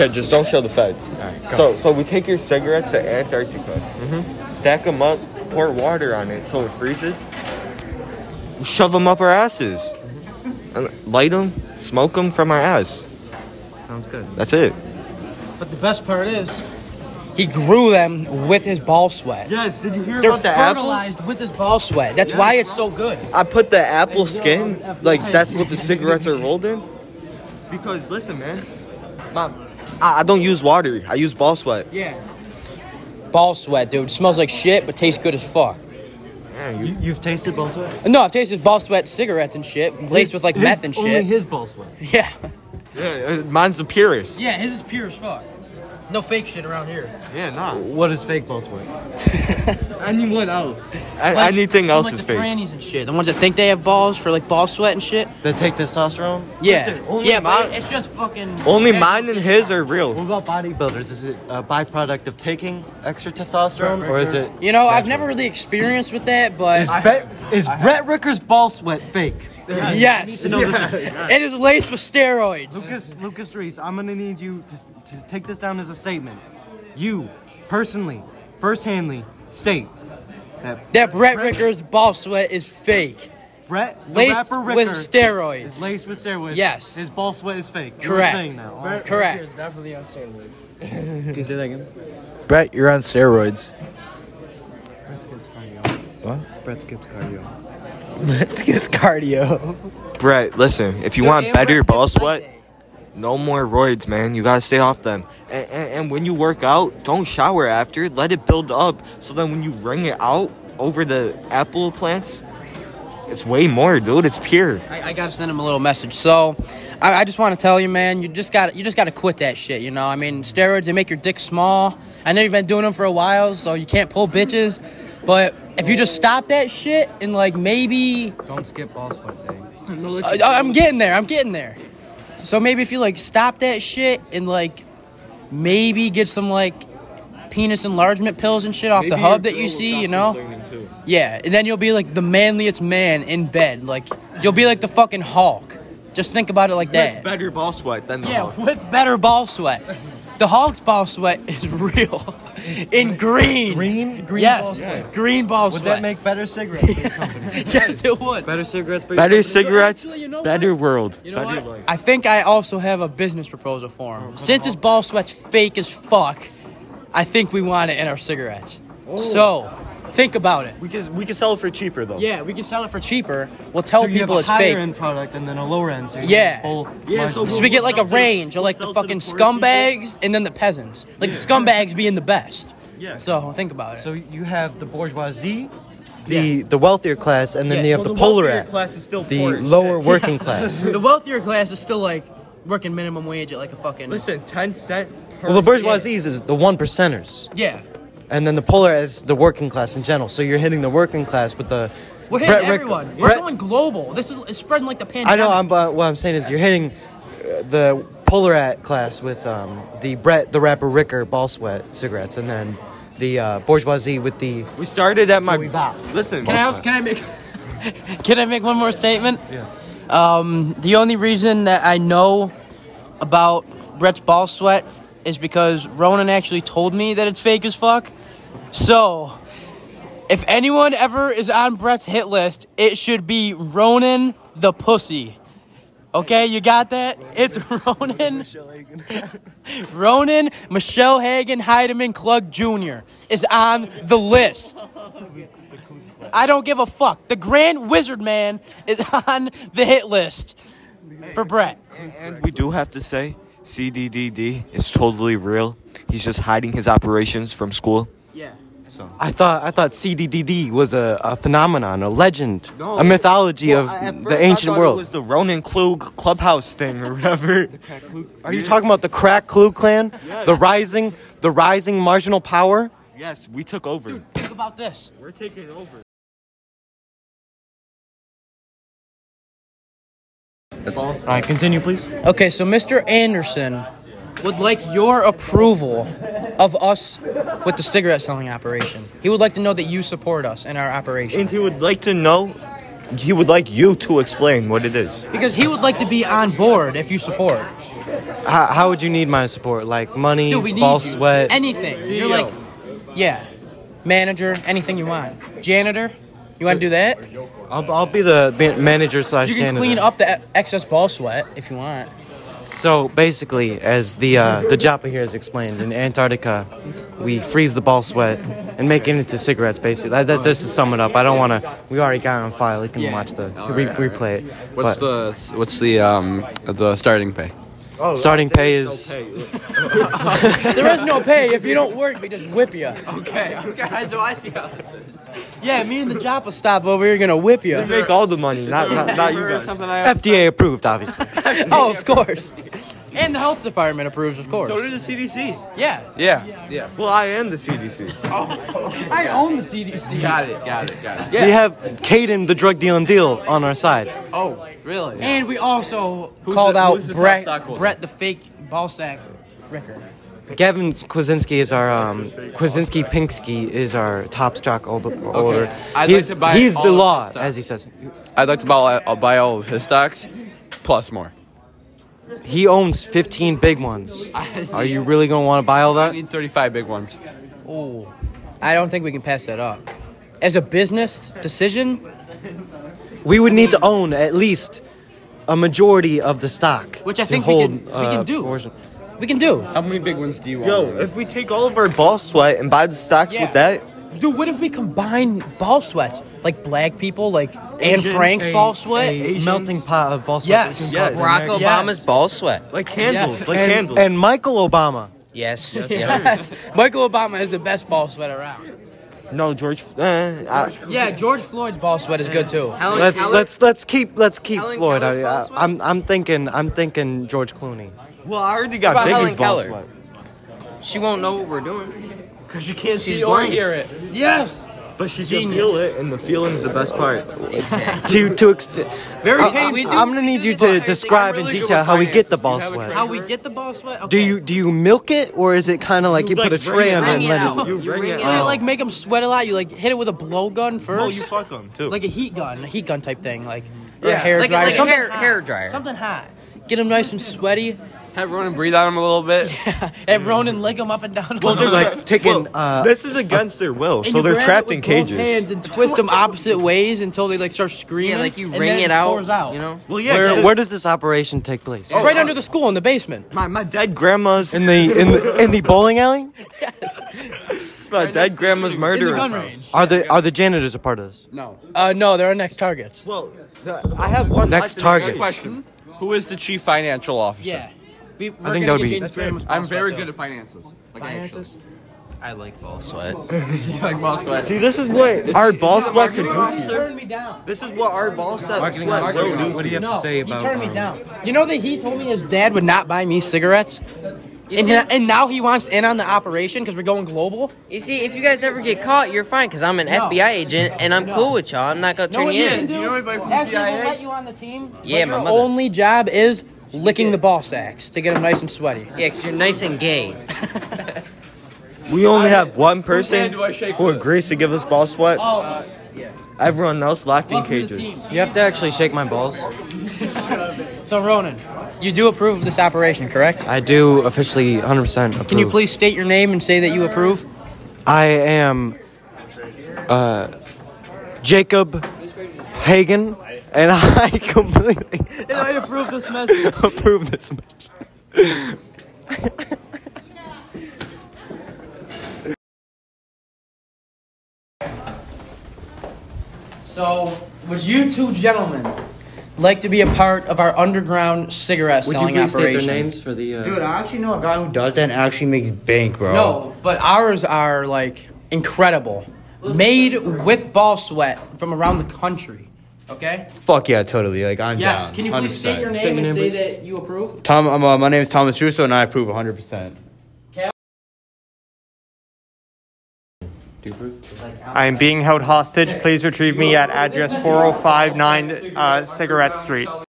Okay, just don't show the feds. right, go. so, so we take your cigarettes to Antarctica, Mm-hmm. stack them up, pour water on it so it freezes. We shove them up our asses, Mm-hmm. and light them, smoke them from our ass. Sounds good. That's it. But the best part is, he grew them with his ball sweat. Yes. Did you hear They're about the fertilized apples? with his ball sweat. That's why it's so good. I put the apple skin, apple like skin. that's what the cigarettes are rolled in. Because listen, man, mom, I, I don't use water. I use ball sweat. Yeah. Ball sweat, dude. Smells like shit, but tastes good as fuck. Man, you- You, you've tasted ball sweat? No, I've tasted ball sweat cigarettes and shit, laced with like His- meth and Only shit. his ball sweat. yeah. yeah, uh, mine's the purest. Yeah, his is pure as fuck. No fake shit around here. Yeah, nah. What is fake ball sweat? Anyone else? anything else like is the fake. trannies and shit. The ones that think they have balls for like ball sweat and shit. They take testosterone? Yeah. Listen, only yeah, but mine- it's just fucking. Only Yeah, mine and it's his not. are real. What about bodybuilders? Is it a byproduct of taking extra testosterone, Brett or is it? Ricker. You know, I've never really experienced with that, but Is, Brett, is Brett Ricker's ball sweat fake? yes, it is laced with steroids. Lucas, Lucas Dries, I'm gonna need you to, to take this down as a statement. You, personally, firsthandly, state that That Brett Ricker's ball sweat is fake. Brett, the Laced rapper with Ricker, steroids. is laced with steroids. Yes. his ball sweat is fake. You were Correct. saying that. All right. Correct. definitely on steroids. Can you say that again? Brett, you're on steroids. Brett skips cardio. What? Brett skips cardio. Let's get cardio. Brett, listen, if you want better ball sweat, no more roids, man. You gotta stay off them. And, and, and when you work out, don't shower after. Let it build up. So then when you wring it out over the apple plants, it's way more, dude. It's pure. I, I gotta send him a little message. So, I, I just want to tell you, man, you just got to you just gotta quit that shit. You know, I mean, steroids they make your dick small. I know you've been doing them for a while, so you can't pull bitches. But if you just stop that shit and like maybe Don't skip ball sweat day. I, I- I'm getting there, I'm getting there. So maybe if you like stop that shit and like maybe get some like penis enlargement pills and shit off the hub that you see, you know. Yeah, and then you'll be like the manliest man in bed. Like you'll be like the fucking Hulk. Just think about it like That's that. better ball sweat than the Yeah, Hulk. with better ball sweat. The Hulk's ball sweat is real. In green. Green, green yes. ball sweat. Green ball Would sweat. that make better cigarettes? for your company? yes, it would. better cigarettes. for your Better company? cigarettes, actually, you know better world, You know better what? life. I think I also have a business proposal for him. Since his ball sweat's fake as fuck, I think we want it in our cigarettes. So, think about it. We can we can sell it for cheaper though. Yeah, we can sell it for cheaper. We'll tell so you people have it's a higher fake. end product and then a lower end. So you Yeah. get Both Yeah, so margins. So we get like a range of like the We'll sell to fucking the poor scumbags and then the peasants. Like the scumbags being the best. Yeah. So think about it. So you have the bourgeoisie, the Yeah. the wealthier class, and then Yeah. you have Well, the, polar wealthier act, class is still the poor as lower shit. working class. the wealthier class is still like working minimum wage at like a fucking Listen, 10 cent per Well, the bourgeoisie is the one percenters, Yeah. and then the polar is the working class in general. So you're hitting the working class with the. We're hitting Rick- everyone. We're Brett- going global. This is it's spreading like the pandemic. I know. I'm. But what I'm saying is, you're hitting uh, the polar act class with um, the Brett, the rapper Ricker, ball sweat cigarettes, and then the uh, bourgeoisie with the. We started at my. Joey Bob. Listen, Can I, also- can I make Can I make one more statement? Yeah. Um, the only reason that I know about Brett's ball sweat is because Ronan actually told me that it's fake as fuck. So, if anyone ever is on Brett's hit list, it should be Ronan the pussy. Okay, you got that? It's Ronan. Ronan Michelle Hagen Heidemann Klug Jr. is on the list. I don't give a fuck. The Grand Wizard Man is on the hit list for Brett. And we do have to say, CDDD is totally real. He's just hiding his operations from school. Yeah. I thought I thought CDDD was a, a phenomenon, a legend, No. a mythology Well, of I- at first the I ancient thought world. It was the Ronan Klug clubhouse thing or whatever. Are you talking about the Crack Clue Clan, Yes. the rising, the rising marginal power? yes, we took over. Think about this. We're taking over. All right, continue, please. Okay, so Mr. Anderson would like your approval of us with the cigarette selling operation. He would like to know that you support us in our operation. And he would like to know. He would like you to explain what it is. Because he would like to be on board if you support. How, how would you need my support? Like money, Dude, we need ball you. sweat. Anything. You're like, yeah, manager, anything you want. Janitor, you want to do that? I'll, I'll be the ban- manager slash. You can janitor. clean up the e- excess ball sweat if you want. So basically, as the uh, the Japa here has explained, in Antarctica, we freeze the ball sweat and make it into cigarettes. Basically, that, that's just to sum it up. I don't want to. We already got it on file. You can watch the re- Alright, replay it. What's the what's the um the starting pay? the starting pay is? There is no pay. If you don't work, we just whip you. Okay, okay, so I see how this is. Yeah, me and the Joppa stop over here gonna whip you. We make all the money, not not, not you Or guys. something I FDA approved, obviously. Oh, of course. And the health department approves, of course. So did the CDC. yeah. Yeah, yeah. Well, I am the CDC. I own the CDC. Got it, got it, got it. We have Caden, the drug dealing deal, on our side. Oh, really? And we also called the- out who's the top Brett, stockholder? Brett the fake ball sack Ricker. Gavin Kwasinski is our um, Kwasinski Pinkski is our top stock holder. Okay. I'd like He's, to buy he's all the of law, his stock. as he says. I'd like to buy, I'll uh, buy all of his stocks, plus more. He owns 15 big ones. Are you really gonna want to buy all I that? need 35 big ones. Oh, I don't think we can pass that up. As a business decision, We would need to own at least a majority of the stock, Which I to think we hold, can- we uh, can do. proportion. we can do. How many big ones do you want? Yo, if we take all of our ball sweat and buy the stocks Yeah. with that, Dude, what if we combine ball sweats? Like black people, like Anne Frank's A- ball sweat? a melting pot of ball sweat. Yes, we can yes. call it Barack American- Obama's ball sweat. like candles, like and, candles. and Michael Obama. Yes. Yes. Michael Obama is the best ball sweat around. no, George. eh, I- Yeah, George Floyd's ball sweat is good too. Helen Let's Keller- let's let's keep let's keep Helen Floyd. I, Keller's ball I, sweat? I'm I'm thinking I'm thinking George Clooney. well, I already got What about Biggie's Helen ball Keller? sweat. She won't know what we're doing. Cause you can't She's blind. it. Yes! but she can Genius. feel it, and the feeling's the best part. Exactly. To to ex- Very I- painful. we do- I'm gonna need you to describe in really good detail with how we get the finances. ball Do you have a sweat. treasure? How we get the ball sweat? Do Okay. you do you milk it or is it kind of like you, like, put a wring tray on it it Bring and it let out. it? You ring it So you Oh. out. like make them sweat a lot. You like hit it with a blowgun first, Oh, you fuck them too. like a heat gun, a heat gun type thing, like or a Yeah. hair Like- dryer, like a something hair- hot. hair dryer. something hot. Get them nice and sweaty, Everyone breathe on him a little bit. and Ronan leg them up and down. Well, they're like tra- taking, well, uh, this is against their will, And so you they're grab it trapped with in both cages. hands and twist them opposite ways until they like start screaming. Yeah, like you and wring then it out, pours out. You know? Well, yeah. Where 'cause where does this operation take place? right under the school in the basement. my my dead grandma's Oh. In the in the, in the bowling alley? my dead grandma's In the murderer. gun range. Are the are the janitors a part of this? No. Uh, no, they're our next targets. Well, the, I have one. Next left in the target. gun range. Question. Who is the chief financial officer? Yeah. We, we're I gonna think that would get be- Jaden's That's grandma's I'm ball very sweat, good too. at finances. Like Finances? I like ball sweat. actually. like ball sweat. See, this is what our ball sweat could do. He turned me down. This is what our ball sweat. sweat will do. what do you have No, he turned me down. You know that he told me his dad would not buy me cigarettes, and, and now he wants in on the operation because we're going global. You see, if you guys ever get caught, you're fine because I'm an No. FBI agent and I'm No. cool with y'all. I'm not gonna turn what you you in. can do? know anybody from the Actually, CIA? we'll let you on the team. but Yeah, my your mother. only job is licking the ball sacks to get them nice and sweaty. Yeah, because you're nice and gay. We only have one hand person do I shake who first? agrees to give us ball sweat. Oh, Everyone else locked in welcome to the cages. team. You have to actually shake my balls. So Ronan, you do approve of this operation, correct? I do officially 100% approve. Can you please state your name and say that you approve? I am uh, Jacob Hagen and I completely I approve this message. approve this match. So, would you two gentlemen like to be a part of our underground cigarette Would you selling please operation? state their names for the uh, I actually know a guy who does that and actually makes bank, bro. No, but ours are like incredible, made with ball sweat from around the country. Okay. Fuck yeah, totally. Like I'm Yes. down. Can you please state your 100%. name State your and name, say please. that you approve? Tom, I'm, uh, my name is Thomas Russo, and I approve 100. percent I oh am being held hostage. Please retrieve me at address 4059 uh, Cigarette Street.